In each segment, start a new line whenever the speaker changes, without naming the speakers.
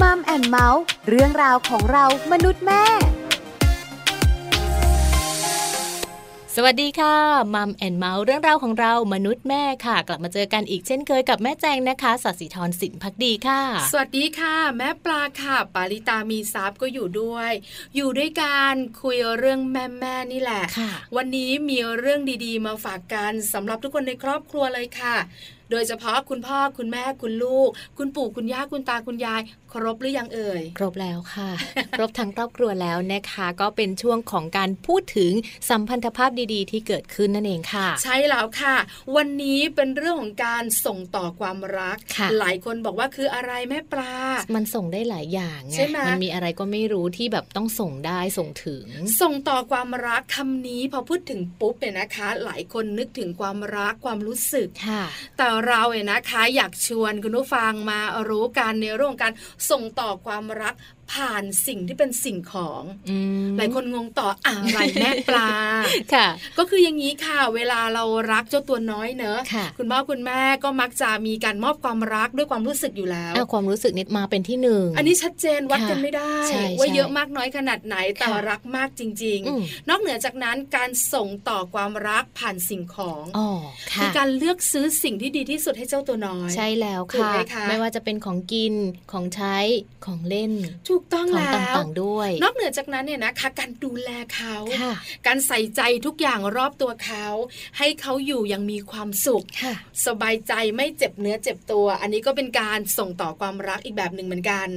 มัมแอนเมาส์เรื่องราวของเรามนุษย์แม่
สวัสดีค่ะมัมแอนเมาส์เรื่องราวของเรามนุษย์แม่ค่ะ กลับมาเจอกันอีกเช่นเคยกับแม่แจงนะคะสัตย์สิธรสินพักดีค่ะ
สวัสดีค่ะ แม่ปลาค่ะ ปาริตามีซับก็อยู่ด้วย อยู่ด้วยกันคุยเรื่องแม่แม่ๆนี่แหละ
ค่ะ
วันนี้มีเรื่องดีๆ มาฝากกันสำหรับทุกคนในครอบครัวเลยค่ะ โดยเฉพาะคุณพ่อคุณแม่คุณลูก คุณปู่คุณย่าคุณตาคุณยาย ครบหรือยังเอ่ย
ครบแล้วค่ะ ครบทั้งครอบครัวแล้วนะคะ ก็เป็นช่วงของการพูดถึงสัมพันธภาพดีๆ ที่เกิดขึ้นนั่นเองค่ะ
ใช่แล้วค่ะ วันนี้เป็นเรื่องของการส่งต่อความรัก
ค่ะ
หลายคนบอกว่าคืออะไรแม่ปลา
มันส่งได้หลายอย่างไง
ใช่ไหม
มันมีอะไรก็ไม่รู้ที่แบบต้องส่งได้ส่งถึง
ส่งต่อความรักคำนี้พอพูดถึงปุ๊บเนี่ยนะคะ หลายคนนึกถึงความรักความรู้สึก
ค่ะ
แต่เราเนี่ยนะคะอยากชวนคุณผู้ฟังมารู้กันในเรื่องของการส่งต่อความรักผ่านสิ่งที่เป็นสิ่งของ
อืม
หลายคนงงต่ออะไรแม่ปลา
ค่ะ
ก็คืออย่างนี้ค่ะ เวลาเรารักเจ้าตัวน้อยเนอะ
ค่ะ
คุณพ่อคุณแม่ก็มักจะมีการมอบความรักด้วยความรู้สึกอยู่แล้ว
เอาความรู้สึกนิดมาเป็นที่หนึ่ง
อันนี้ชัดเจนวัดกัน
ค่ะ
ไม่ได้
ใช่
ว่า
ใช่
เยอะมากน้อยขนาดไหนแต่
ค่ะ
รักมากจริง
อื
ๆ
ม
นอกเหนือจากนั้นการส่งต่อความรักผ่านสิ่งของ
อ๋อค่ะ
คือการเลือกซื้อสิ่งที่ดีที่สุดให้เจ้าตัวน้อย
ใช่แล้ว
ถูก
ค่ะ
ไหมคะ
ไม่ว่าจะเป็นของกินของใช้ของเล่น
ถูกต้อง
ของ
แล้ว
ต่างๆด้วย
นอกเหนือจากนั้นเนี่ยนะคะการดูแลเขา
ค่ะ
การใส่ใจทุกอย่างรอบตัวเขา ให้เขาอยู่อยังมีความสุข
ค่ะ
สบายใจไม่เจ็บเนื้อเจ็บตัว อันนี้ก็เป็นการส่งต่อความรักอีกแบบหนึ่งเหมือนกัน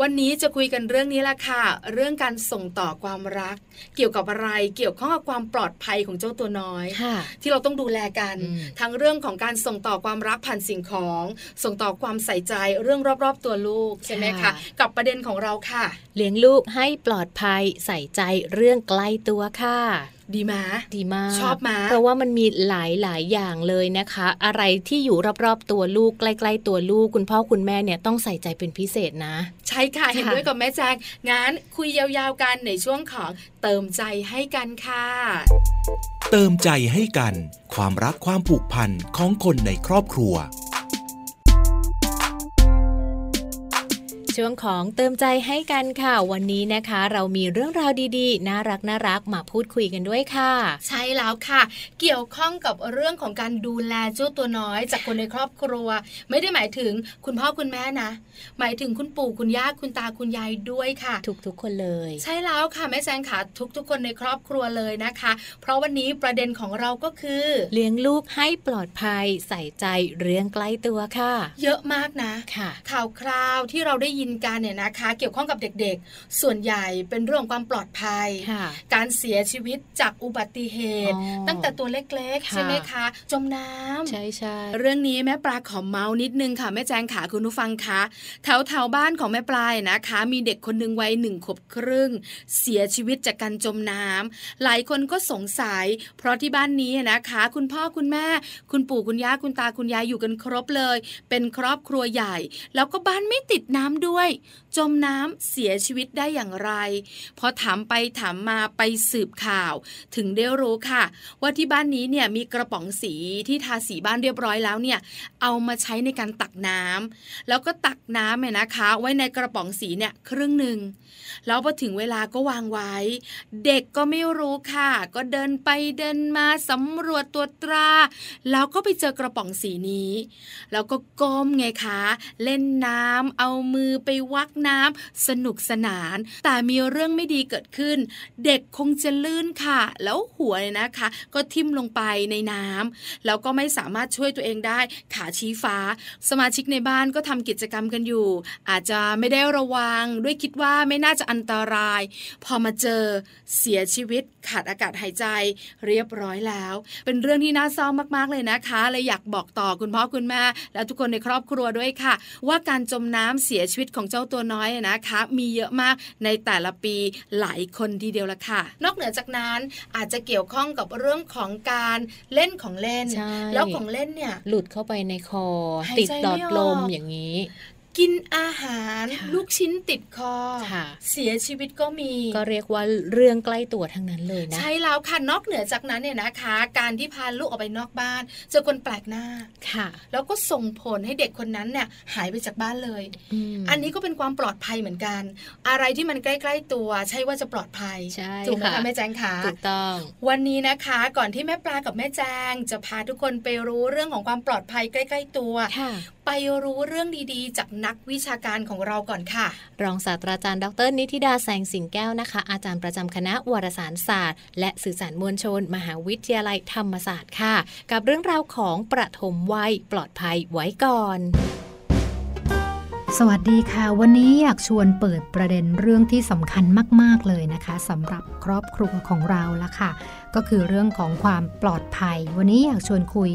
วันนี้จะคุยกันเรื่องนี้ละค่ะ เรื่องการส่งต่อความรัก เกี่ยวกับอะไรเกี่ยวข้องกับความปลอดภัยของเจ้าตัวน้อย
ค่ะ
ที่เราต้องดูแลกัน
อืม
ทั้งเรื่องของการส่งต่อความรักผ่านสิ่งของ ส่งต่อความใส่ใจเรื่องรอบๆตัวลูกใช่ไหมคะกับประเด็นของเราค่ะ
เลี้ยงลูกให้ปลอดภัยใส่ใจเรื่องใกล้ตัวค่ะ
ดีไหม
ดีมาก
ชอบมาก
เพราะว่ามันมีหลายหลายอย่างเลยนะคะ อะไรที่อยู่รอบๆตัวลูกใกล้ๆตัวลูก คุณพ่อคุณแม่เนี่ยต้องใส่ใจเป็นพิเศษนะ
ใช่ค่ะเห็นด้วยกับแม่แจงงั้นคุยยาวๆกันในช่วงของเติมใจให้กันค่ะ
เติมใจให้กัน ความรักความผูกพันของคนในครอบครัว
ช่วงของเติมใจให้กันค่ะ วันนี้นะคะ เรามีเรื่องราวดีๆ น่ารักน่ารักๆมาพูดคุยกันด้วยค่ะ
ใช่แล้วค่ะ เกี่ยวข้องกับเรื่องของการดูแลเจ้าตัวน้อย จากคนในครอบครัว ไม่ได้หมายถึงคุณพ่อคุณแม่นะ หมายถึงคุณปู่คุณย่าคุณตาคุณยายด้วยค่ะ
ทุกๆคนเลย
ใช่แล้วค่ะแม่แจงค่ะทุกๆ คนในครอบครัวเลยนะคะ เพราะวันนี้ประเด็นของเราก็คือ
เลี้ยงลูกให้ปลอดภัยใส่ใจเรื่องใกล้ตัวค่ะ
เยอะมากนะ
ค่ะ
ข่าวคราวที่เราได้ยินกันเนี่ยนะคะ เกี่ยวข้องกับเด็กๆ ส่วนใหญ่เป็นเรื่องความปลอดภัย
ค่ะ
การเสียชีวิตจากอุบัติเหตุ
อ๋อ
ตั้งแต่ตัวเล็กๆ
ค่ะ
ใช่ไหมคะ จมน้ำ
ใช่ใช่
เรื่องนี้แม่ปลาขอเมาส์นิดนึงค่ะแม่แจงขาคุณผู้ฟังคะแถวแถวๆบ้านของแม่ปลายนะคะ มีเด็กคนหนึ่งวัยหนึ่งขวบครึ่ง เสียชีวิตจากการจมน้ำหลายคนก็สงสัย เพราะที่บ้านนี้นะคะ คุณพ่อคุณแม่ คุณปู่คุณย่าคุณตาคุณยายอยู่กันครบเลย เป็นครอบครัวใหญ่ แล้วก็บ้านไม่ติดน้ำด้วย จมน้ำเสียชีวิตได้อย่างไร พอถามไปถามมาไปสืบข่าว ถึงได้รู้ค่ะ ว่าที่บ้านนี้เนี่ยมีกระป๋องสีที่ทาสีบ้านเรียบร้อยแล้วเนี่ยเอามาใช้ในการตักน้ำแล้วก็ตักน้ำเนี่ยนะคะ ไว้ในกระป๋องสีเนี่ยครึ่งหนึ่งแล้วพอถึงเวลาก็วางไว้ เด็กก็ไม่รู้ค่ะ ก็เดินไปเดินมาสำรวจตัวตรา แล้วก็ไปเจอกระป๋องสีนี้ แล้วก็ก้มไงคะ เล่นน้ำเอามือไปวักน้ำสนุกสนาน แต่มีเรื่องไม่ดีเกิดขึ้น เด็กคงจะลื่นค่ะ แล้วหัวเนี่ยนะคะ ก็ทิ่มลงไปในน้ำแล้วก็ไม่สามารถช่วยตัวเองได้ ขาชี้ฟ้า สมาชิกในบ้านก็ทำกิจกรรมกันอยู่ อาจจะไม่ได้ระวัง ด้วยคิดว่าไม่น่าจะอันตราย พอมาเจอเสียชีวิตขาดอากาศหายใจเรียบร้อยแล้ว เป็นเรื่องที่น่าเศร้ามาก ๆ เลยนะคะเลยอยากบอกต่อคุณพ่อคุณแม่ และทุกคนในครอบครัวด้วยค่ะ ว่าการจมน้ำเสียชีวิตของเจ้าตัวน้อยนะคะ มีเยอะมากในแต่ละปีหลายคนทีเดียวละค่ะ นอกเหนือจากนั้นอาจจะเกี่ยวข้องกับเรื่องของการเล่นของเล่น
ใช่
แล้วของเล่นเนี่ย
หลุดเข้าไปในคอ
หายใจ
ติดหลอดลม
ไม่ออก
อย่างนี้
กินอาหาร
ค่ะ
ลูกชิ้นติดคอ
ค่ะ
เสียชีวิตก็มี
ก็เรียกว่าเรื่องใกล้ตัวทั้งนั้นเลยนะ
ใช่แล้วค่ะนอกเหนือจากนั้นเนี่ยนะคะ การที่พาลูกออกไปนอกบ้านเจอคนแปลกหน้า
ค่ะ
แล้วก็ส่งผลให้เด็กคนนั้นเนี่ยหายไปจากบ้านเลย
ม
อันนี้ก็เป็นความปลอดภัยเหมือนกัน อะไรที่มันใกล้ ๆ ตัว ใช่ว่าจะปลอดภัย
ใช่
ถูกไหม
ค่ะ
คะแม่แจงขา
ถูกต้อง
วันนี้นะคะก่อนที่แม่ปลากับแม่แจง จะพาทุกคนไปรู้เรื่องของความปลอดภัยใกล้ ๆ ตัว
ค่ะ
ไปรู้เรื่องดีๆ จากนักวิชาการของเราก่อนค่ะ
รองศาสตราจารย์ดร นิติดาแสงสิงแก้วนะคะ อาจารย์ประจำคณะวารสารศาสตร์ และสื่อสารมวลชน มหาวิทยาลัยธรรมศาสตร์ค่ะ กับเรื่องราวของประถมวัยปลอดภัยไว้ก่อน
สวัสดีค่ะ วันนี้อยากชวนเปิดประเด็นเรื่องที่สำคัญมาก ๆ เลยนะคะสำหรับครอบครัวของเราละค่ะ ก็คือเรื่องของความปลอดภัย วันนี้อยากชวนคุย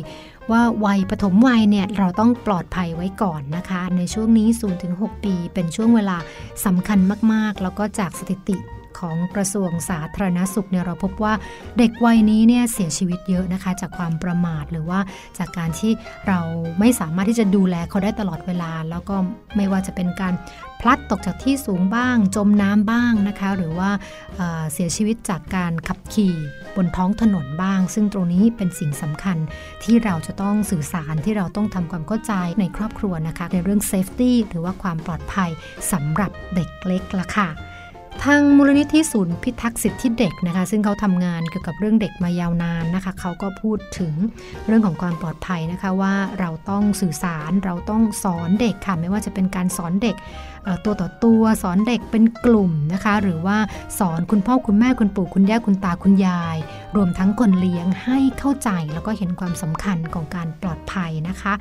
ว่าวัยปฐมวัยเนี่ยเราต้องปลอดภัยไว้ก่อนนะคะ ในช่วงนี้ 0-6 ปี เป็นช่วงเวลาสำคัญมาก ๆ แล้วก็จากสถิติของกระทรวงสาธารณสุขเนี่ยเราพบว่าเด็กวัยนี้เนี่ยเสียชีวิตเยอะนะคะ จากความประมาทหรือว่าจากการที่เราไม่สามารถที่จะดูแลเขาได้ตลอดเวลา แล้วก็ไม่ว่าจะเป็นการพลัดตกจากที่สูงบ้าง จมน้ำบ้างนะคะ หรือว่า เอ่อเสียชีวิตจากการขับขี่บนท้องถนนบ้าง ซึ่งตรงนี้เป็นสิ่งสำคัญที่เราจะต้องสื่อสารที่เราต้องทำความเข้าใจในครอบครัวนะคะ ในเรื่อง safety หรือว่าความปลอดภัยสำหรับเด็กเล็กละค่ะ ทางมูลนิธิศูนย์พิทักษ์สิทธิเด็กนะคะ ซึ่งเขาทำงานเกี่ยวกับเรื่องเด็กมายาวนานนะคะ เขาก็พูดถึงเรื่องของความปลอดภัยนะคะว่าเราต้องสื่อสารเราต้องสอนเด็กค่ะไม่ว่าจะเป็นการสอนเด็ก เอ่อตัวต่อตัวสอนเด็กเป็นกลุ่มนะคะ หรือว่าสอนคุณพ่อคุณแม่คุณปู่คุณย่าคุณตาคุณยาย รวมทั้งคนเลี้ยงให้เข้าใจแล้วก็เห็นความสำคัญของการปลอดภัยนะคะ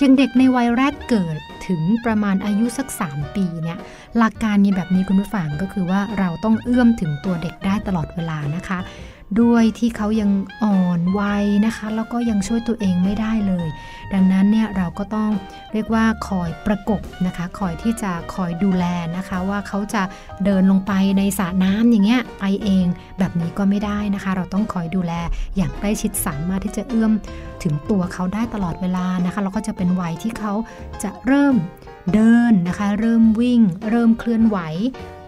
อย่างเด็กในวัยแรกเกิดถึงประมาณอายุสัก 3 ปีเนี่ยหลักการมีแบบนี้คุณผู้ฟังก็คือว่าเราต้องเอื้อมถึงตัวเด็กได้ตลอดเวลานะคะ ด้วยที่เขายังอ่อนวัยนะคะ แล้วก็ยังช่วยตัวเองไม่ได้เลย ดังนั้นเนี่ยเราก็ต้องเรียกว่าคอยประกบนะคะ คอยที่จะคอยดูแลนะคะ ว่าเขาจะเดินลงไปในสระน้ำอย่างเงี้ยไปเองแบบนี้ก็ไม่ได้นะคะ เราต้องคอยดูแลอย่างใกล้ชิดสามารถที่จะเอื้อมถึงตัวเขาได้ตลอดเวลานะคะแล้วก็จะเป็นวัยที่เขาจะเริ่มเดินนะคะ เริ่มวิ่ง เริ่มเคลื่อนไหว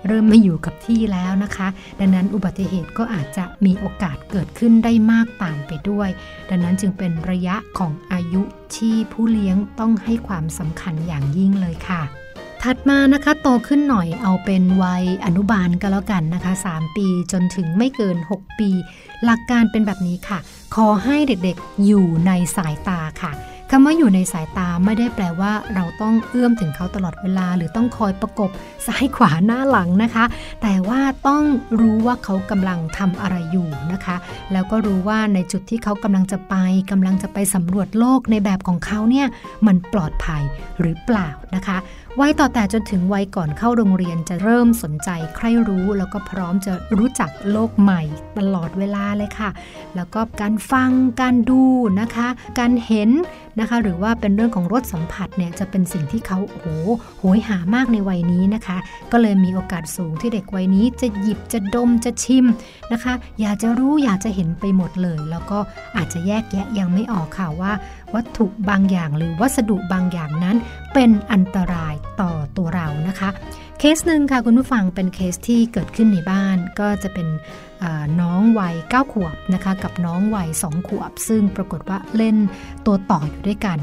เริ่มไม่อยู่กับที่แล้วนะคะ ดังนั้นอุบัติเหตุก็อาจจะมีโอกาสเกิดขึ้นได้มากตามไปด้วย ดังนั้นจึงเป็นระยะของอายุที่ผู้เลี้ยงต้องให้ความสำคัญอย่างยิ่งเลยค่ะ ถัดมานะคะโตขึ้นหน่อยเอาเป็นวัยอนุบาลก็แล้วกันนะคะ 3 ปีจนถึงไม่เกิน 6 ปี หลักการเป็นแบบนี้ค่ะ ขอให้เด็กๆอยู่ในสายตาค่ะคำว่าอยู่ในสายตาไม่ได้แปลว่า เราต้องเอื้อมถึงเขาตลอดเวลา หรือต้องคอยประกบซ้ายขวาหน้าหลังนะคะ แต่ว่าต้องรู้ว่าเขากำลังทำอะไรอยู่นะคะ แล้วก็รู้ว่าในจุดที่เขากำลังจะไปกำลังจะไปสำรวจโลกในแบบของเขาเนี่ยมันปลอดภัยหรือเปล่านะคะวัยต่อแต่จนถึงวัยก่อนเข้าโรงเรียนจะเริ่มสนใจใคร่รู้ แล้วก็พร้อมจะรู้จักโลกใหม่ตลอดเวลาเลยค่ะ แล้วก็การฟังการดูนะคะ การเห็นนะคะ หรือว่าเป็นเรื่องของรสสัมผัสเนี่ยจะเป็นสิ่งที่เขาโอ้โหโหยหามากในวัยนี้นะคะ ก็เลยมีโอกาสสูงที่เด็กวัยนี้จะหยิบจะดมจะชิม นะคะอยากจะรู้อยากจะเห็นไปหมดเลย แล้วก็อาจจะแยกแยะยังไม่ออกค่ะว่า วัตถุบางอย่างหรือวัสดุบางอย่างนั้น เป็นอันตรายต่อตัวเรานะคะ เคสหนึ่งค่ะคุณผู้ฟังเป็นเคสที่เกิดขึ้นในบ้านก็จะเป็นเอ่อน้องวัย 9 ขวบนะคะกับน้องวัย 2 ขวบ ซึ่งปรากฏว่าเล่นตัวต่ออยู่ด้วยกัน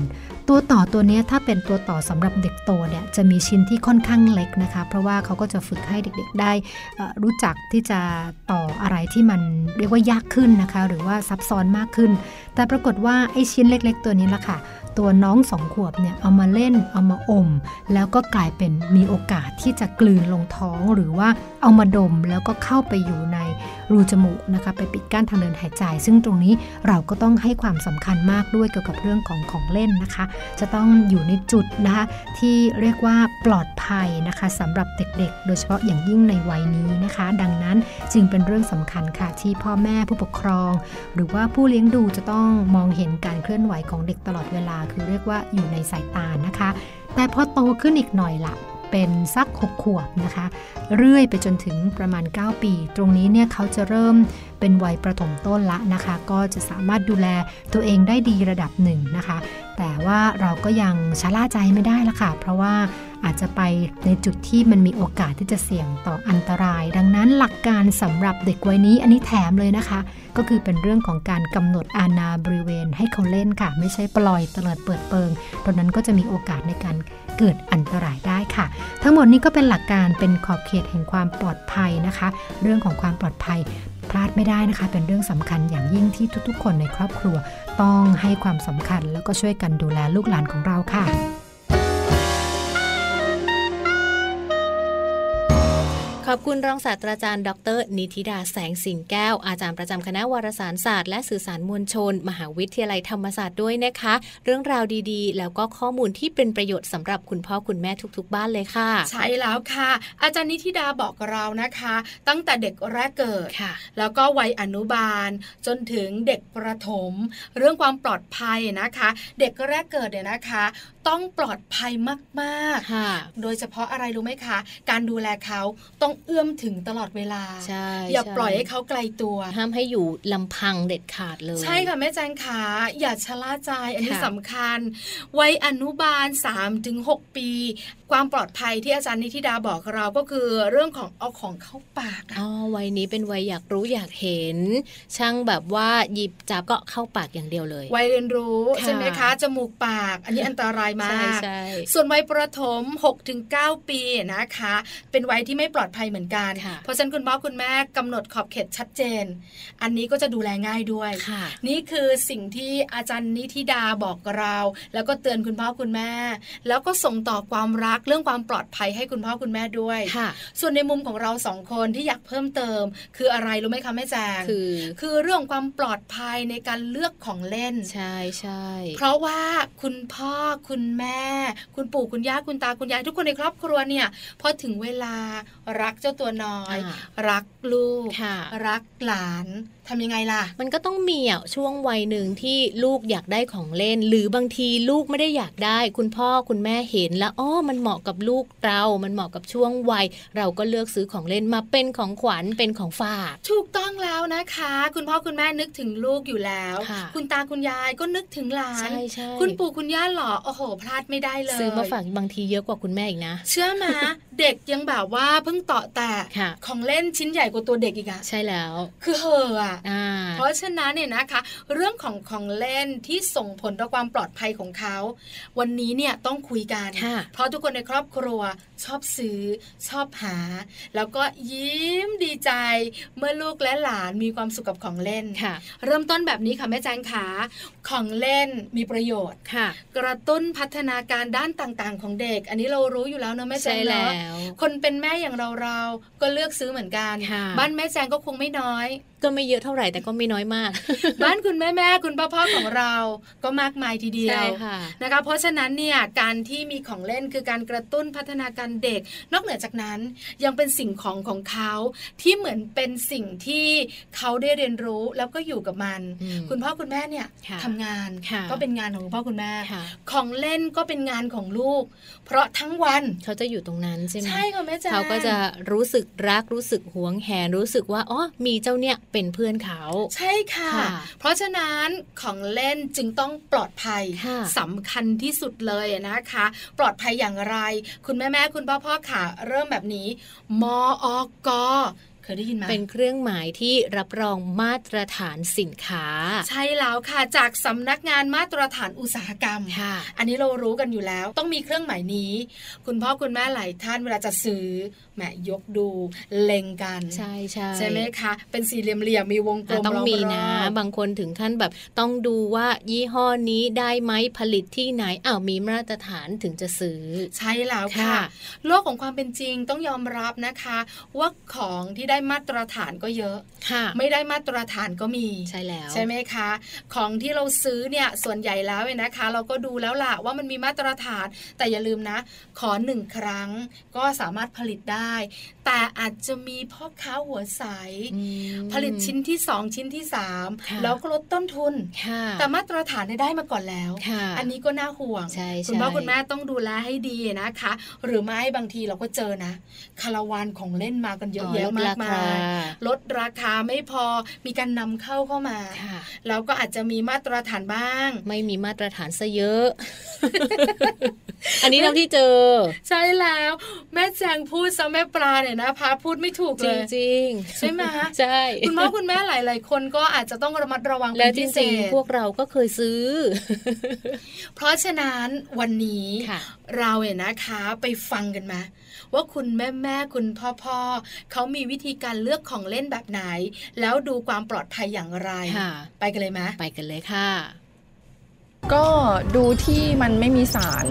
ตัวต่อตัวเนี้ยถ้าเป็นตัวต่อสำหรับเด็กโตเนี่ยจะมีชิ้นที่ค่อนข้างเล็กนะคะ เพราะว่าเขาก็จะฝึกให้เด็กๆได้ เอ่อรู้จักที่จะต่ออะไรที่มันเรียกว่ายากขึ้นนะคะ หรือว่าซับซ้อนมากขึ้น แต่ปรากฏว่าไอ้ชิ้นเล็ก ๆ ตัวนี้ละค่ะ ตัวน้องสองขวบเนี่ยเอามาเล่นเอามาอม แล้วก็กลายเป็นมีโอกาสที่จะกลืนลงท้องหรือว่าเอามาดมแล้วก็เข้าไปอยู่ในรูจมูกนะคะไปปิดกั้นทางเดินหายใจ ซึ่งตรงนี้เราก็ต้องให้ความสำคัญมากด้วยเกี่ยวกับเรื่องของของเล่นนะคะ จะต้องอยู่ในจุดนะคะที่เรียกว่าปลอดภัยนะคะสำหรับเด็กๆ โดยเฉพาะอย่างยิ่งในวัยนี้นะคะ ดังนั้นจึงเป็นเรื่องสำคัญค่ะที่พ่อแม่ผู้ปกครอง หรือว่าผู้เลี้ยงดูจะต้องมองเห็นการเคลื่อนไหวของเด็กตลอดเวลา คือเรียกว่าอยู่ในสายตานะคะ แต่พอโตขึ้นอีกหน่อยละเป็นสัก 6 ขวบนะคะ เรื่อยไปจนถึงประมาณ 9 ปี ตรงนี้เนี่ยเขาจะเริ่มเป็นวัยประถมต้นละนะคะ ก็จะสามารถดูแลตัวเองได้ดีระดับหนึ่งนะคะ แต่ว่าเราก็ยังชะล่าใจไม่ได้ละค่ะ เพราะว่าอาจจะไปในจุดที่มันมีโอกาสที่จะเสี่ยงต่ออันตราย ดังนั้นหลักการสำหรับเด็กวัยนี้อันนี้แถมเลยนะคะ ก็คือเป็นเรื่องของการกำหนดอาณาบริเวณให้เขาเล่นค่ะ ไม่ใช่ปล่อยเตลิดเปิดเปิงตอนนั้นก็จะมีโอกาสในการเกิดอันตรายได้ค่ะ ทั้งหมดนี้ก็เป็นหลักการเป็นขอบเขตแห่งความปลอดภัยนะคะ เรื่องของความปลอดภัยพลาดไม่ได้นะคะ เป็นเรื่องสำคัญอย่างยิ่งที่ทุกๆ คนในครอบครัว ต้องให้ความสำคัญแล้วก็ช่วยกันดูแลลูกหลานของเราค่ะ
ขอบคุณรองศาสตราจารย์ ดร นิติดาแสงสิงแก้ว อาจารย์ประจำคณะวารสารศาสตร์และสื่อสารมวลชน มหาวิทยาลัยธรรมศาสตร์ด้วยนะคะ เรื่องราวดีๆ แล้วก็ข้อมูลที่เป็นประโยชน์สำหรับคุณพ่อคุณแม่ทุกๆ บ้านเลยค่ะ
ใช่แล้วค่ะ อาจารย์นิธิดาบอกกับเรานะคะ ตั้งแต่เด็กแรกเกิด
ค่ะ
แล้วก็วัยอนุบาล จนถึงเด็กประถม เรื่องความปลอดภัยนะคะ เด็กแรกเกิดเนี่ยนะคะ ต้องปลอดภัยมาก
ค่ะ
ๆ โดยเฉพาะอะไรรู้ไหมคะ การดูแลเขาต้องเอื้อมถึงตลอดเวลา
ใช่
อย่า
ใช่
ปล่อยให้เขาไกลตัว
ห้ามให้อยู่ลำพังเด็ดขาดเลย
ใช่ค่ะ แม่แจงขาอย่าชะล่าใจอันนี้
ค่ะ
สำคัญ วัยอนุบาล 3-6 ปี ความปลอดภัยที่อาจารย์นิธิดาบอกเราก็คือเรื่องของเอาของเข้าปากอะ
อ๋อวัยนี้เป็นวัยอยากรู้อยากเห็น ช่างแบบว่าหยิบจับก็เข้าปากอย่างเดียวเลย
วัยเรียนรู้
ค่ะ
ใช่ไหมคะ จมูกปาก อันนี้อันตรายมา
ใช่
ก
ใช่
ส่วนวัยประถม 6-9 ปีนะคะ เป็นวัยที่ไม่ปลอดภัยเหมือนกัน
ค่ะ
เพราะฉะนั้นคุณพ่อคุณแม่กำหนดขอบเขตชัดเจน อันนี้ก็จะดูแลง่ายด้วย
ค่ะ
นี่คือสิ่งที่อาจารย์นิธิดาบอกเรา แล้วก็เตือนคุณพ่อคุณแม่ แล้วก็ส่งต่อความรักเรื่องความปลอดภัยให้คุณพ่อคุณแม่ด้วย
ค่ะ
ส่วนในมุมของเราสองคนที่อยากเพิ่มเติม คืออะไรรู้ไหมคะแม่แจง
คือ
คือเรื่องความปลอดภัยในการเลือกของเล่น
ใช่ใช่
เพราะว่าคุณพ่อคุณแม่ คุณปู่คุณย่าคุณตาคุณยายทุกคนในครอบครัวเนี่ยพอถึงเวลารักเจ้าตัวน้อย
อ่า
รักลูก
ค่ะ
รักหลานทำยังไงล่ะ
มันก็ต้องมีอ่ะช่วงวัยหนึ่งที่ลูกอยากได้ของเล่น หรือบางทีลูกไม่ได้อยากได้ คุณพ่อคุณแม่เห็นแล้วอ๋อมันเหมาะกับลูกเรา มันเหมาะกับช่วงวัย เราก็เลือกซื้อของเล่นมาเป็นของขวัญเป็นของฝาก
ถูกต้องแล้วนะคะ คุณพ่อคุณแม่นึกถึงลูกอยู่แล้ว
ค่ะ
คุณตาคุณยายก็นึกถึงหลาน
ใช่ใช่
คุณปู่คุณย่าหรอโอ้โห พลาดไม่ได้เลย
ซื้อมาฝากบางทีเยอะกว่าคุณแม่อีกนะ
เชื่อมา เด็กยังแบบว่าเพิ่งเต่อแต่
ค่ะ
ของเล่นชิ้นใหญ่กว่าตัวเด็กอีกอะ
ใช่แล้ว
คือเห่ออะ
อ่า
เพราะฉะนั้นเนี่ยนะคะ เรื่องของของเล่นที่ส่งผลต่อความปลอดภัยของเขา วันนี้เนี่ยต้องคุยกัน
ค่ะ
เพราะทุกคนในครอบครัวชอบซื้อ ชอบหา แล้วก็ยิ้มดีใจ เมื่อลูกและหลานมีความสุขกับของเล่น
ค่ะ
เริ่มต้นแบบนี้ค่ะแม่แจงขาของเล่นมีประโยชน์
ค่ะ
กระตุ้นพัฒนาการด้านต่างๆ ของเด็ก อันนี้เรารู้อยู่แล้วเนอะแม่แจ
ใช่
ง
แล้
เนาะ
ว
คนเป็นแม่อย่างเราเราๆก็เลือกซื้อเหมือนกัน
ค่ะ
บ้านแม่แจงก็คงไม่น้อย
ก็ไม่เยอะเท่าไหร่แต่ก็ไม่น้อยมาก
บ้านคุณแม่แม่ๆคุณพ่อพ่อของเราก็มากมายทีเดีย
ใช่
ว
ค่ะ
นะคะ เพราะฉะนั้นเนี่ยการที่มีของเล่นคือการกระตุ้นพัฒนาการเด็ก นอกเหนือจากนั้นยังเป็นสิ่งของของเขาที่เหมือนเป็นสิ่งที่เขาได้เรียนรู้แล้วก็อยู่กับมัน
อืม
คุณพ่อคุณแม่เนี่ย
ค่ะ
ทำงาน
ค่ะ
ก็เป็นงานของคุณพ่อคุณแม่
ค่ะ
ของเล่นก็เป็นงานของลูก เพราะทั้งวัน
เขาจะอยู่ตรงนั้นใช่ไหม
ใช่ค่ะแม่แจง
เขาก็จะรู้สึกรักรู้สึกหวงแหนรู้สึกว่าอ๋อมีเจ้าเนี่ยเป็นเพื่อนเขา
ใช่ค่ะ
ค่ะ
เพราะฉะนั้นของเล่นจึงต้องปลอดภัย
ค่ะ
สำคัญที่สุดเลยนะคะ ปลอดภัยอย่างไร คุณแม่แม่ๆคุณพ่อพ่อๆค่ะ เริ่มแบบนี้ มออกเคยได้ยินไหม
เป็นเครื่องหมายที่รับรองมาตรฐานสินค้า
ใช่แล้วค่ะจากสำนักงานมาตรฐานอุตสาหกรรม
ค่ะ
อันนี้เรารู้กันอยู่แล้วต้องมีเครื่องหมายนี้ คุณพ่อคุณแม่หลายท่านเวลาจะซื้อแหมยกดูเล็งกัน
ใช่ใช่
ใช่ไหมคะ เป็นสี่เหลี่ยมๆมีวงกล
อ่ะ
ม
ต้องมีนะ
รอบๆ
บางคนถึงขั้นแบบต้องดูว่ายี่ห้อนี้ได้ไหมผลิตที่ไหนอ้าวมีมาตรฐานถึงจะซื้อ
ใช่แล้วค่ะ
ค่ะ
โลกของความเป็นจริงต้องยอมรับนะคะ ว่าของที่ได้มาตรฐานก็เยอะ
ค่ะ
ไม่ได้มาตรฐานก็มี
ใช่แล้ว
ใช่ไหมคะ ของที่เราซื้อเนี่ยส่วนใหญ่แล้วเนี่ยนะคะ เราก็ดูแล้วล่ะว่ามันมีมาตรฐาน แต่อย่าลืมนะ ขอหนึ่งครั้งก็สามารถผลิตได้ แต่อาจจะมีพ่อค้าหัวใส
อืม
ผลิตชิ้นที่สองชิ้นที่สาม
ค่ะ
แล้วก็ลดต้นทุน
ค่ะ
แต่มาตรฐานเนี่ยได้มาก่อนแล้ว
ค่ะ
อันนี้ก็น่าห่วง
ใช่
คุณพ่อ
ใช่
คุณแม่ต้องดูแลให้ดีนะคะ หรือไม่บางทีเราก็เจอนะ คาราวานของเล่นมากันเยอะแยะ
ลด
มาร
าก
มา มา ลดราคาไม่พอมีการนำเข้าเข้ามา
ค่ะ
แล้วก็อาจจะมีมาตรฐานบ้าง
ไม่มีมาตรฐานซะเยอะ อันนี้เท่าที่เจอ
ใช่แล้ว แม่แจงพูดซะแม่ปลาเนี่ยนะพาพูดไม่ถูก
จ
เล
ริง
ย
จริง
ใช่ไหม
ใช่
คุณพ่อคุณแม่หลาย ๆ คนก็อาจจะต้องระมัดระวัง
แล้
เป็
วน จ
พิเศ
ริง
ษ
ๆ พวกเราก็เคยซื้อ
เพราะฉะนั้นวันนี้
ค่ะ
เราเนี่ยนะคะไปฟังกันมา ว่าคุณแม่แม่ๆคุณพ่อพ่อๆเขามีวิธีการเลือกของเล่นแบบไหน แล้วดูความปลอดภัยอย่างไร
ค่ะ
ไปกันเลยไหม
ไปกันเลยค่ะ
ก็ดูที่มันไม่มีสาร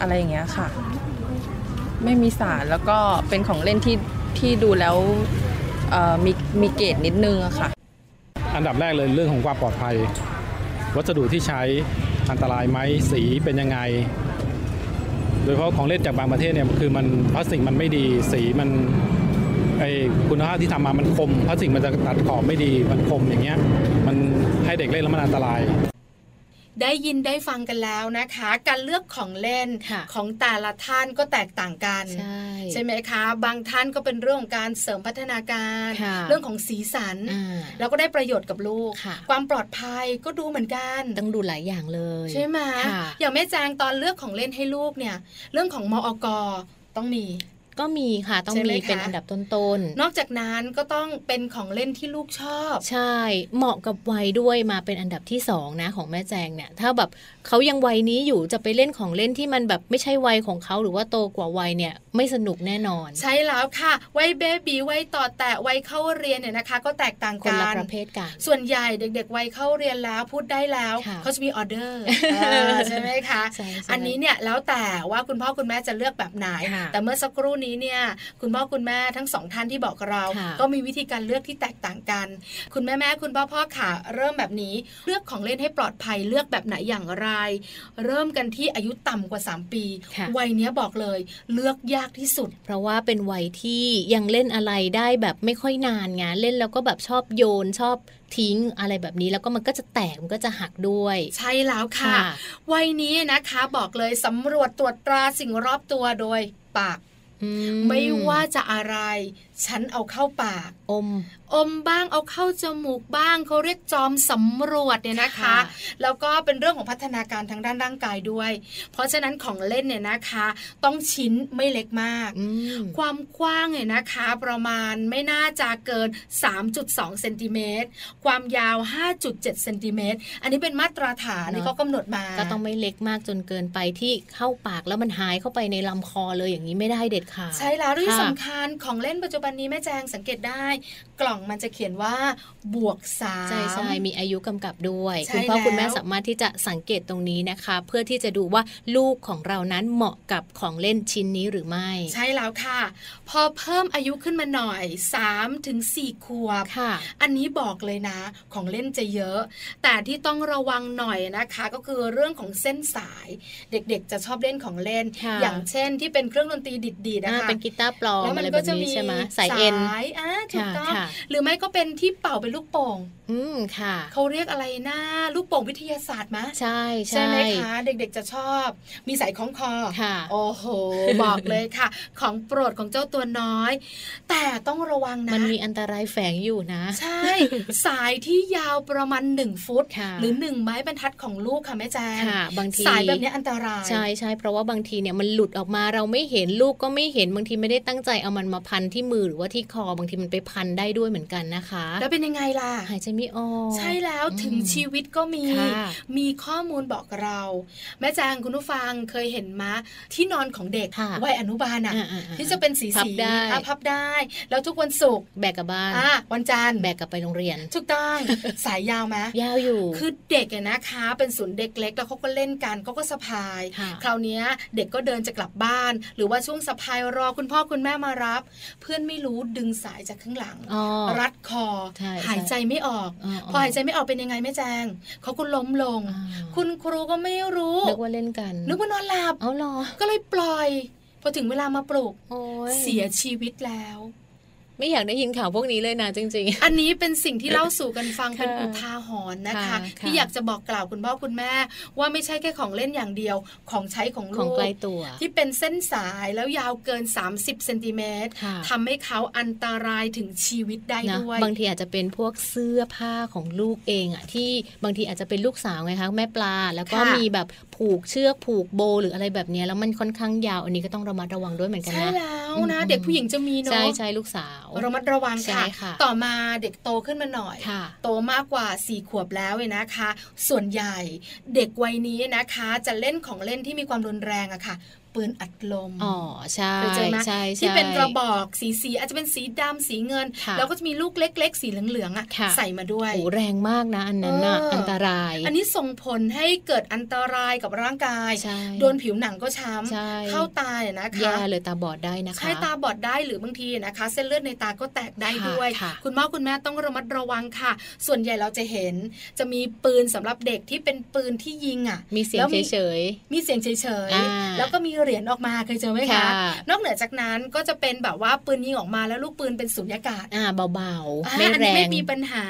อะไรอย่างเงี้ยค่ะ ไม่มีสารแล้วก็เป็นของเล่นที่ที่ดูแล้วเอ่อมีมีเกรดนิดนึงอะค่ะ
อันดับแรกเลยเรื่องของความปลอดภัย วัสดุที่ใช้อันตรายไหมสีเป็นยังไง โดยเฉพาะของเล่นจากบางประเทศเนี่ยคือมันพลาสติกมันไม่ดีสีมันไอคุณภาพที่ทำมามันคมพลาสติกมันจะตัดขอบไม่ดีมันคมอย่างเงี้ยมันให้เด็กเล่นแล้วมันอันตราย
ได้ยินได้ฟังกันแล้วนะคะ การเลือกของเล่น
ค่ะ
ของแต่ละท่านก็แตกต่างกัน
ใช่
ใช่ไหมคะ บางท่านก็เป็นเรื่องของการเสริมพัฒนาการ
ค่ะ
เรื่องของสีสัน
อ่า
แล้วก็ได้ประโยชน์กับลูก
ค่ะ
ความปลอดภัยก็ดูเหมือนกัน
ต้องดูหลายอย่างเลย
ใช่ไหม
ค่ะ
อย่างแม่แจงตอนเลือกของเล่นให้ลูกเนี่ย เรื่องของมอกต้องมี
ก็มีค่ะต้อง
ใช่ไหม
มีเป็น
คะ
อันดับต้น
นอกจากนั้นก็ต้องเป็นของเล่นที่ลูกชอบ
ๆ ใช่ เหมาะกับวัยด้วยมาเป็นอันดับที่สองนะของแม่แจงเนี่ย ถ้าแบบเขายังวัยนี้อยู่จะไปเล่นของเล่นที่มันแบบไม่ใช่วัยของเขาหรือว่าโตกว่าวัยเนี่ยไม่สนุกแน่นอน
ใช่แล้วค่ะวัยเบบีวัยต่อแตะวัยเข้าเรียนเนี่ยนะคะ ก็แตกต่าง
คน
กั
ละ
น
ประเภทกัน
ส่วนใหญ่เด็ก ๆ วัยเข้าเรียนแล้วพูดได้แล้ว
ค่ะ
เขาจะมีออเดอร์
เออ
ใช่ไหมคะ
ใช่ใช่
อันนี้เนี่ยแล้วแต่ว่าคุณพ่อคุณแม่จะเลือกแบบไหน
ค่ะ
แต่เมื่อสักครู่นี้เนี่ยคุณพ่อคุณแม่ทั้งสองท่านที่บอกเรา
ค่ะ
ก็มีวิธีการเลือกที่แตกต่างกัน คุณแม่แม่คุณพ่อพ่อค่ะ เริ่มแบบนี้เลือกของเล่นให้ปลอดภัยเลือกแบบไหนอย่างไร เริ่มกันที่อายุต่ำกว่า 3 ปี
ค่ะ
วัยเนี้ยบอกเลย เลือกยากที่สุด
เพราะว่าเป็นวัยที่ยังเล่นอะไรได้แบบไม่ค่อยนานไงเล่นแล้วก็แบบชอบโยนชอบทิ้งอะไรแบบนี้แล้วก็มันก็จะแตกมันก็จะหักด้วย
ใช่แล้วค่ะ วัยนี้นะคะบอกเลยสำรวจตรวจตราสิ่งรอบตัวโดยปาก
อื
ไม่ว่าจะอะไร ฉันเอาเข้าปาก
อม
อมบ้างเอาเข้าจมูกบ้างเขาเรียกจอมสำรวจเนี่ยนะคะ
ค่ะ
แล้วก็เป็นเรื่องของพัฒนาการทางด้านร่างกายด้วย เพราะฉะนั้นของเล่นเนี่ยนะคะ ต้องชิ้นไม่เล็กมาก
อืม
ความกว้างเนี่ยนะคะ ประมาณไม่น่าจะเกิน 3.2เซนติเมตรความยาว 5.7เซนติเมตรอันนี้เป็นมาตรฐาน
เนอะ
ที่เขากำหนดมา
ก็ต้องไม่เล็กมากจนเกินไปที่เข้าปากแล้วมันหายเข้าไปในลำคอเลยอย่างนี้ไม่ได้เด็ดขาด
ใช่แล้วที่
ค่ะ
สำคัญของเล่นปัจจุบันนี้แม่แจงสังเกตได้ กล่องมันจะเขียนว่าบวกสาม
ใช่ใช่มีอายุกำกับด้วย
ใช่
คุณพ่อ
แล้ว
คุณแม่สามารถที่จะสังเกตตรงนี้นะคะ เพื่อที่จะดูว่าลูกของเรานั้นเหมาะกับของเล่นชิ้นนี้หรือไม่
ใช่แล้วค่ะ พอเพิ่มอายุขึ้นมาหน่อย3ถึง4ขวบ
ค่ะ
อันนี้บอกเลยนะ ของเล่นจะเยอะ แต่ที่ต้องระวังหน่อยนะคะ ก็คือเรื่องของเส้นสาย เด็กๆ จะชอบเล่นของเล่น
ค่ะ
อย่างเช่นที่เป็นเครื่องดนตรีดิดๆนะ
อ่า
คะ
เป็นกีตาร์ปลอม
แล้ว
อะ
มัน
ไรแบ
ก็
บ
จะมี
นี้ใช่ไหมสายเอ็น
สายอ่าถูก
ค่ะ
ต้อง
ค่ะ
หรือไม่ก็เป็นที่เป่าเป็นลูกโป่ง
อืมค่ะ
เขาเรียกอะไรนะลูกโป่งวิทยาศาสตร์มะ
ใช่ใช่
ไหมคะ เด็กๆจะชอบมีสายคล้องคอ
ค่ะ
โอ้โห บอกเลยค่ะ ของโปรดของเจ้าตัวน้อย แต่ต้องระวังนะ
มันมีอันตรายแฝงอยู่นะ
ใช่ สายที่ยาวประมาณ 1 ฟุต
ค่ะ
หรือ 1 ไม้บรรทัดของลูกค่ะแม่แจง
ค่ะ บางที
สายแบบนี้อันตราย
ใช่ใช่เพราะว่าบางทีเนี่ยมันหลุดออกมาเราไม่เห็นลูกก็ไม่เห็นบางทีไม่ได้ตั้งใจเอามันมาพันที่มือหรือว่าที่คอบางทีมันไปพันได้ด้วยเหมือนกันนะคะ
แล้วเป็นยังไงล่ะ
หายใจไม่ออก
ใช่แล้ว
อืม
ถึงชีวิตก็มี
ค่ะ
มีข้อมูลบอกเรา แม่แจางคุณผู้ฟังเคยเห็นมะที่นอนของเด็ก
ค่ะ
วัยอนุบาลอะ
อ่าๆๆ
ที่จะเป็นสี
พับ
สี
ได้
อ่ะพับได้ แล้วทุกวันศุกร์
แบกกลับบ้าน
อ่ะวันจันทร์
แบกกลับไปโรงเรียน
ถูก ต้อง สายยาวไหม
ยาวอยู่
คือเด็กเนี่ยนะคะ เป็นศูนย์เด็กเล็กแล้วเขาก็เล่นกันเขาก็สะพาย
ค่ะ
คราวเนี้ยเด็กก็เดินจะกลับบ้าน หรือว่าช่วงสะพายรอคุณพ่อคุณแม่มารับ เพื่อนไม่รู้ดึงสายจากข้างหลัง
อ๋อ
รัดคอ
ใช่
หายใจไม่ออก
อ๋ออ๋อ
พอหายใจไม่ออกเป็นยังไงแม่แจงเขาก็ล้มลง
อ่า
คุณครูก็ไม่รู้
นึกว่าเล่นกัน
นึกว่านอนหลับ
เอาเหรอ
ก็เลยปล่อย พอถึงเวลามาปลุก
โอ้ย
เสียชีวิตแล้ว
ไม่อยากได้ยินข่าวพวกนี้เลยนะจริง
อันนี้เป็นสิ่งที่เล่าสู่กันฟังเป็นอุทาหรณ์นะคะ
ค่ะ
ที่
ค่ะ
อยากจะบอกกล่าวคุณพ่อคุณแม่ ว่าไม่ใช่แค่ของเล่นอย่างเดียวของใช้ของ
ๆ ข
ลู
อง
ก
ไกลตัว
ที่เป็นเส้นสายแล้วยาวเกิน 30เซนติเมตร
ค่ะ
ทำให้เขาอันตรายถึงชีวิตได้
นะ
ด้วย
บางทีอาจจะเป็นพวกเสื้อผ้าของลูกเองอะที่บางทีอาจจะเป็นลูกสาวไงคะแม่ปลา แล้วก็
ค่ะ
มีแบบผูกเชือกผูกโบหรืออะไรแบบเนี้ยแล้วมันค่อนข้างยาวอันนี้ก็ต้องระมัดระวังด้วยเหมือนกัน
ใช่
นะ
แล้วนะ
อืม
เด็กผู้หญิงจะมีเนาะ
ใช่ใช่ลูกสาว
ระมัดระวัง
ใช่
ค่ะ
ค่ะ
ต่อมาเด็กโตขึ้นมาหน่อย
ค่ะ
โตมากกว่า 4 ขวบแล้วเนี่ยนะคะ ส่วนใหญ่เด็กวัยนี้นะคะจะเล่นของเล่นที่มีความรุนแรงอะค่ะปืนอัดลม
อ๋อใช่
เคยเจอไหม
ใช่
ที่
ใช่
เป็นกระบอกสีสีอาจจะเป็นสีดำสีเงิน
ค่ะ
แล้วก็จะมีลูกเล็ก ๆ สีเหลืองๆอ่ะ
ค่ะ
ใส่มาด้วย
โอ้แรงมากนะอันนั้นน่ะ
เอออั
อันตราย
อันนี้ส่งผลให้เกิดอันตรายกับร่างกาย
ใช่
โดนผิวหนังก็ช้
ใช่
ำเข้าตาเนี่ยนะคะ
แย่เลยตาบอดได้นะคะ
ใช่ตาบอดได้หรือบางทีนะคะ เส้นเลือดในตาก็แตกได้
ค่ะ
ด้วย
ค่ะ
คุณพ่อคุณแม่ต้องระมัดระวังค่ะ ส่วนใหญ่เราจะเห็น จะมีปืนสำหรับเด็กที่เป็นปืนที่ยิงอ่ะ
มีเสียง
แล้วมี
เฉย
มีเสียงเฉย
อ่า
ๆแล้วก็มีเหรียญออกมาเคยเจอไหม
ๆ
คะ นอกเหนือจากนั้นก็จะเป็นแบบว่าปืนยิงออกมาแล้วลูกปืนเป็นสุญญากาศ
อ่าเบา
อ่า
ๆ ไม่
อัน
แร
นี้ไม่
ง
มีปัญหา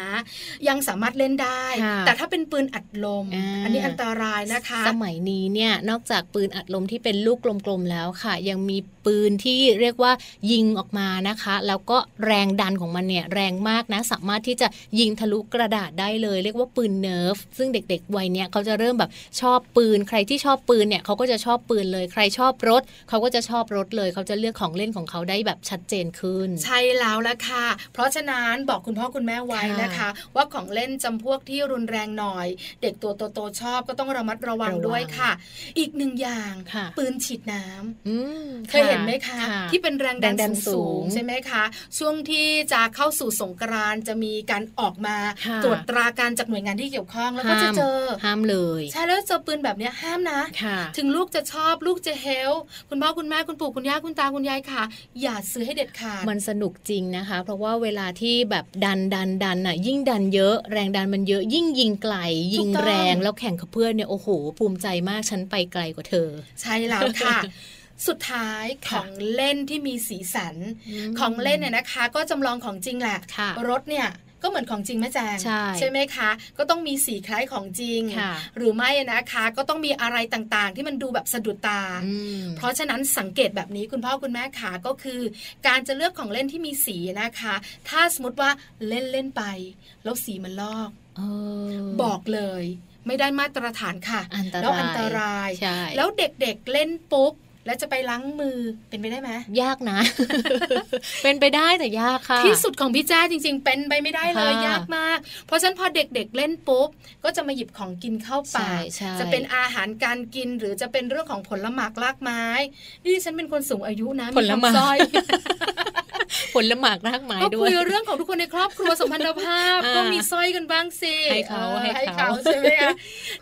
ยังสามารถเล่นได้
ค่ะ
แต่ถ้าเป็นปืนอัดลม
อ่า
นนี้อันตรายนะคะ
สมัยนี้เนี่ยนอกจากปืนอัดลมที่เป็นลูกกลมๆแล้วค่ะ ยังมีปืนที่เรียกว่ายิงออกมานะคะ แล้วก็แรงดันของมันเนี่ยแรงมากนะ สามารถที่จะยิงทะลุกระดาษได้เลย เรียกว่าปืนเนิร์ฟซึ่งเด็กๆวัยเนี่ยเขาจะเริ่มแบบชอบปืน ใครที่ชอบปืนเนี่ยเขาก็จะชอบปืนเลย ใครชอบรถเขาก็จะชอบรถเลย เขาจะเลือกของเล่นของเขาได้แบบชัดเจนขึ้น
ใช่แล้วละค่ะ เพราะฉะนั้นบอกคุณพ่อคุณแม่ไว้นะคะ
ค่ะ
ว่าของเล่นจำพวกที่รุนแรงหน่อย เด็กตัวโตๆชอบก็ต้องระมัดระวั
ระ
ง
วัง
ด้วยค่ะ อีกหนึ่งอย่าง
ค่ะ
ปืนฉีดน้ำ
อืม
เคยเห็นไหมคะ
ะ
ที่เป็นแรงดัน
แรงดันสู
สูง
ง
ๆใช่ไหมคะ ช่วงที่จะเข้าสู่สงกรานต์จะมีการออกมา
ค่ะ
ตรวจตราการจากหน่วยงานที่เกี่ยวข้องแล้วก็จะ
ห้าม
เจอ
ห้ามเลย
ใช่แล้วเจอปืนแบบเนี้ยห้ามนะ
ค่ะ
ถึงลูกจะชอบลูกจะเฮลคุณพ่อคุณแม่คุณปู่คุณย่าคุณตาคุณยายค่ะ อย่าซื้อให้เด็ดขาด
มันสนุกจริงนะคะ เพราะว่าเวลาที่แบบดันดันดันน่ะยิ่งดันเยอะ แรงดันมันเยอะ ยิ่งยิงไกล ยิง
ถูกต้อง
แรงแล้วแข่งกับเพื่อนเนี่ยโอ้โห ภูมิใจมากฉันไปไกลกว่าเธอ
ใช่แล้วค่ะ สุดท้ายข
ค่ะ
องเล่นที่มีสีสัน ของเล่นเนี่ยนะคะ ก็จำลองของจริงแหละ
ค่ะ
รถเนี่ยก็เหมือนของจริงแม่แจง
ใช่
ไหมคะ ก็ต้องมีสีคล้ายของจริง
ค่ะ
หรือไม่นะคะ ก็ต้องมีอะไรต่างๆ ที่มันดูแบบสะดุดตา
อืม
เพราะฉะนั้นสังเกตแบบนี้คุณพ่อคุณแม่ขาก็คือ การจะเลือกของเล่นที่มีสีนะคะ ถ้าสมมติว่าเล่นเล่นๆไป แล้วสีมันลอก
เออ
บอกเลย ไม่ได้มาตรฐานค่ะ
อันตราย
แล้วอันตราย
ใช่
แล้วเด็กๆเล่นปุ๊บ แล้วจะไปล้างมือเป็นไปได้ไหม
ยากนะ เป็นไปได้แต่ยากค่ะ
ที่สุดของพี่แจ้จริง ๆ เป็นไปไม่ได้เลย
ค่ะ
ยากมาก เพราะฉะนั้นพอเด็กๆเล่นปุ๊บ ก็จะมาหยิบของกินเข้าปา
ใช่
ก
ใช่
จะเป็นอาหารการกินหรือจะเป็นเรื่องของผลหมากลากไม้นี่ฉันเป็นคนสูงอายุนะ
ผลไม้
คำสร้อย
ผลหมากรากไม้
ก็
ด้ว
คุ
ย
ยเรื่องของทุกคนในครอบครัวสัมพันธภาพ
อ่า
ก็มีสร้อยกันบ้างสิ
ให้เขา
ออ
ให้
ให้เขา
เขา
ใช่ไหมอะ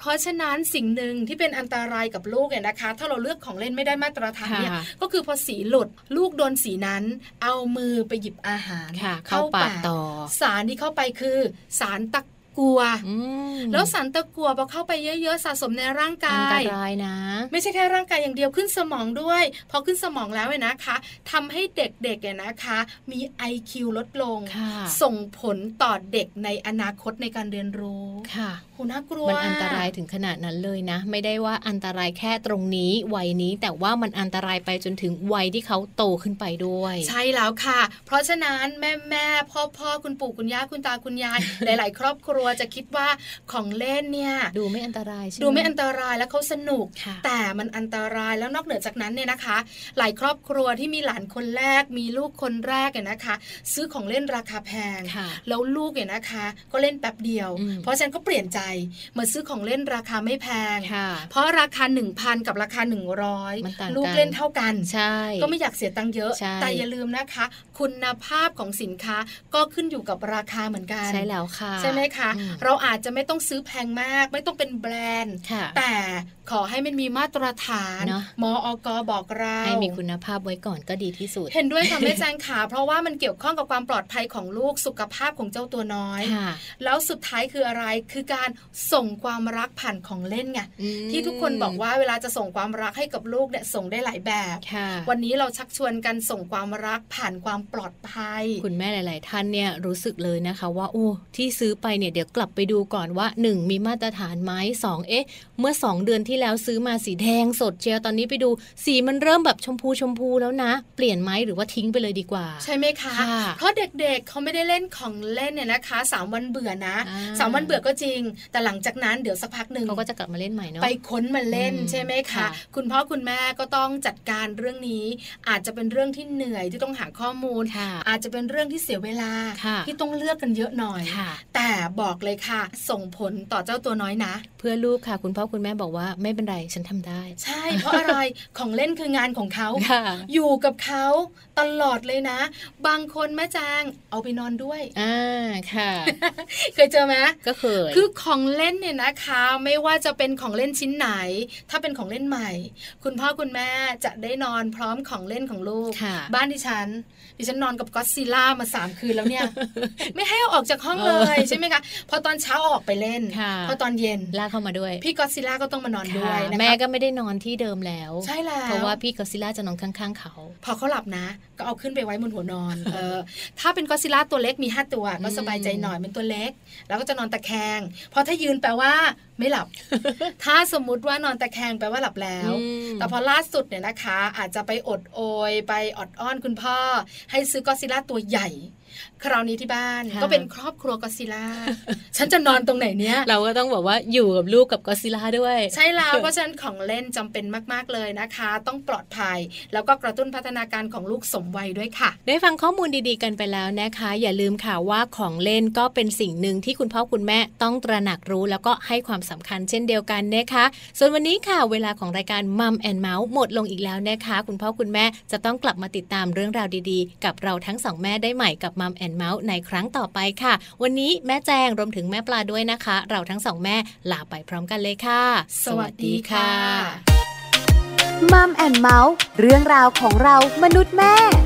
เพราะฉะนั้นสิ่งหนึ่งที่เป็นอันตรายกับลูกเนี่ยนะคะ ถ้าเราเลือกของเล่นไม่ได้มาตรฐานเนี่ย
ค่ะ
ก็คือพอสีหลุดลูกโดนสีนั้น เอามือไปหยิบอาหาร
ค่ะ เข้าปากต่อ
สารที่เข้าไปคือ สารตะกัว
อืม
แล้วสารตะกัวพอเข้าไปเยอะๆสะสมในร่างกา
อันต
ย
รายนะ
ไม่ใช่แค่ร่างกายอย่างเดียวขึ้นสมองด้วย พอขึ้นสมองแล้วเนี่ยนะคะทำให้เด็กๆเนี่ยนะคะ มี IQ ลดลง
ค่ะ
ส่งผลต่อเด็กในอนาคตในการเรียนรู้
ค่ะ
โหน่ากลัว
มันอันตรายถึงขนาดนั้นเลยนะ ไม่ได้ว่าอันตรายแค่ตรงนี้วัยนี้แต่ว่ามันอันตรายไปจนถึงวัยที่เขาโตขึ้นไปด้วย
ใช่แล้วค่ะ เพราะฉะนั้นแม่แม่พ่อพ่อคุณปู่คุณย่าคุณตาคุณยาย หลาย ๆ ครอบครัวจะคิดว่าของเล่นเนี่ย
ดูไม่อันตรายใช่ห
ดูไม่อันตรายแล้วเขาสนุก
ค่ะ
แต่มันอันตรายแล้วนอกเหนือจากนั้นเนี่ยนะคะ หลายครอบครัวที่มีหลานคนแรกมีลูกคนแรกเนี่ยนะคะ ซื้อของเล่นราคาแพง
ค่ะ
แล้วลูกเนี่ยนะคะ ก็เล่นแป๊บเดียว
อืม
เพราะฉะนั้นก็เปลี่ยนใจมาซื้อของเล่นราคาไม่แพง
ค่ะ
เพราะราคา 1,000 กับราคา
มันต่างกั
100
น
ลูกเล่นเท่ากัน
ใช่
ก็ไม่อยากเสียตังค์เยอะ
ใช่
แต่อย่าลืมนะคะ คุณภาพของสินค้าก็ขึ้นอยู่กับราคาเหมือนกัน
ใช่แล้วค่ะ
ใช่ไหมคะ
อืม
เราอาจจะไม่ต้องซื้อแพงมาก ไม่ต้องเป็นแบรนด์
ค่ะ
แต่ขอให้มันมีมาตรฐาน
เนอะ
มออกบอกเรา
ให้มีคุณภาพไว้ก่อนก็ดีที่สุด
เห็นด้วยค่ะแม่แจงขาเพราะว่ามันเกี่ยวข้องกับความปลอดภัยของลูกสุขภาพของเจ้าตัวน้อย
ค่ะ
แล้วสุดท้ายคืออะไรคือการส่งความรักผ่านของเล่นไง
อืม
ที่ทุกคนบอกว่าเวลาจะส่งความรักให้กับลูกเนี่ยส่งได้หลายแบบ
ค่ะ
วันนี้เราชักชวนกันส่งความรักผ่านความปลอดภัย
คุณแม่หลาย ๆ ท่านเนี่ยรู้สึกเลยนะคะว่าโอ้ที่ซื้อไปเนี่ยเดี๋ยวกลับไปดูก่อนว่า 1 มีมาตรฐานไหมสองเอ๊ะ เมื่อ 2 เดือนที่แล้วซื้อมาสีแดงสดเชียวตอนนี้ไปดู สีมันเริ่มแบบชมพูชมพูแล้วนะ เปลี่ยนไหมหรือว่าทิ้งไปเลยดีกว่า
ใช่ไหมคะ
ค่ะ
เพราะเด็กๆเขาไม่ได้เล่นของเล่นเนี่ยนะคะสามวันเบื่อนะ
อ่า
สามวันเบื่อก็จริง แต่หลังจากนั้นเดี๋ยวสักพักหนึ่ง
เขาก็จะกลับมาเล่นใหม่เนาะ
ไปค้นมาเล่น
อืม
ใช่ไหมคะ
ค่ะ
คุณพ่อคุณแม่ก็ต้องจัดการเรื่องนี้ อาจจะเป็นเรื่องที่เหนื่อยที่ต้องหาข้อมูล
ค่ะ
อาจจะเป็นเรื่องที่เสียเวลา
ค่ะ
ที่ต้องเลือกกันเยอะหน่อย
ค่ะ
แต่บอกเลยค่ะ ส่งผลต่อเจ้าตัวน้อยนะ
เพื่อลูกค่ะ คุณพ่อคุณแม่บอกว่าไม่เป็นไรฉันทำได้
ใช่ เพราะอะไรของเล่นคืองานของเขา
ค่ะ
อยู่กับเขาตลอดเลยนะ บางคนแม่จางเอาไปนอนด้วย
อ่า ค่ะ
เคยเจอไหม
ก็เคย
คือของเล่นเนี่ยนะคะ ไม่ว่าจะเป็นของเล่นชิ้นไหน ถ้าเป็นของเล่นใหม่ คุณพ่อคุณแม่จะได้นอนพร้อมของเล่นของลูก
ค่ะ
บ้านดิฉัน ดิฉันนอนกับก็อดซิลล่ามาสามคืนแล้วเนี่ย ไม่ให้เอาออกจากห้อง เลยใช่ไหมคะพอตอนเช้าเอาออกไปเล่น
ค่ะ
พอตอนเย็น
ลากเข้ามาด้วย
พี่ก็อดซิลล่าก็ต้องมานอนด้วย
ค่ะ
นะคะ
แม่ก็ไม่ได้นอนที่เดิมแล้ว
ใช่แล้ว
เพราะว่าพี่กอดซิลล่าจะนอนข้าง ๆ เขา
พอเขาหลับนะ ก็เอาขึ้นไปไว้บนหัวนอน เออ ถ้าเป็นก็อดซิลล่าตัวเล็กมี 5 ตัวก็
อืม
สบายใจหน่อยมันตัวเล็ก แล้วก็จะนอนตะแคงเพราะถ้ายืนแปลว่าไม่ หลับ ถ้าสมมุติว่านอนตะแคงแปลว่าหลับแล้ว
อืม
แต่พอล่าสุดเนี่ยนะคะ อาจจะไปอดโอย ไปอดอ้อนคุณพ่อ ให้ซื้อก็อดซิลล่าตัวใหญ่ คราวนี้ที่บ้าน
ค่ะ
ก็เป็นครอบครัวก็อดซิลล่า ฉันจะนอนตรงไหนเนี้ย
เราก็ต้องบอกว่าอยู่กับลูกกับกอดซิลล่าด้วย
ใช่แล้ว เพราะฉะนั้นของเล่นจำเป็นมากๆเลยนะคะ ต้องปลอดภัย แล้วก็กระตุ้นพัฒนาการของลูกสมวัยด้วยค่ะ
ได้ฟังข้อมูลดีๆกันไปแล้วนะคะ อย่าลืมค่ะว่าของเล่นก็เป็นสิ่งหนึ่งที่คุณพ่อคุณแม่ต้องตระหนักรู้แล้วก็ให้ความสำคัญเช่นเดียวกันนะคะ ส่วนวันนี้ค่ะ เวลาของรายการมัมแอนเมาส์หมดลงอีกแล้วนะคะ คุณพ่อคุณแม่จะต้องกลับมาติดตามเรื่องราวดีๆ กับเราทั้งสองแม่ได้ใหม่กับมัมแอนเมาส์ในครั้งต่อไปค่ะ วันนี้แม่แจงรวมถึงแม่ปลาด้วยนะคะ เราทั้งสองแม่ลาไปพร้อมกันเลยค่ะ
สวัสดีค่ะ
มัมแอนเมาส์เรื่องราวของเรามนุษย์แม่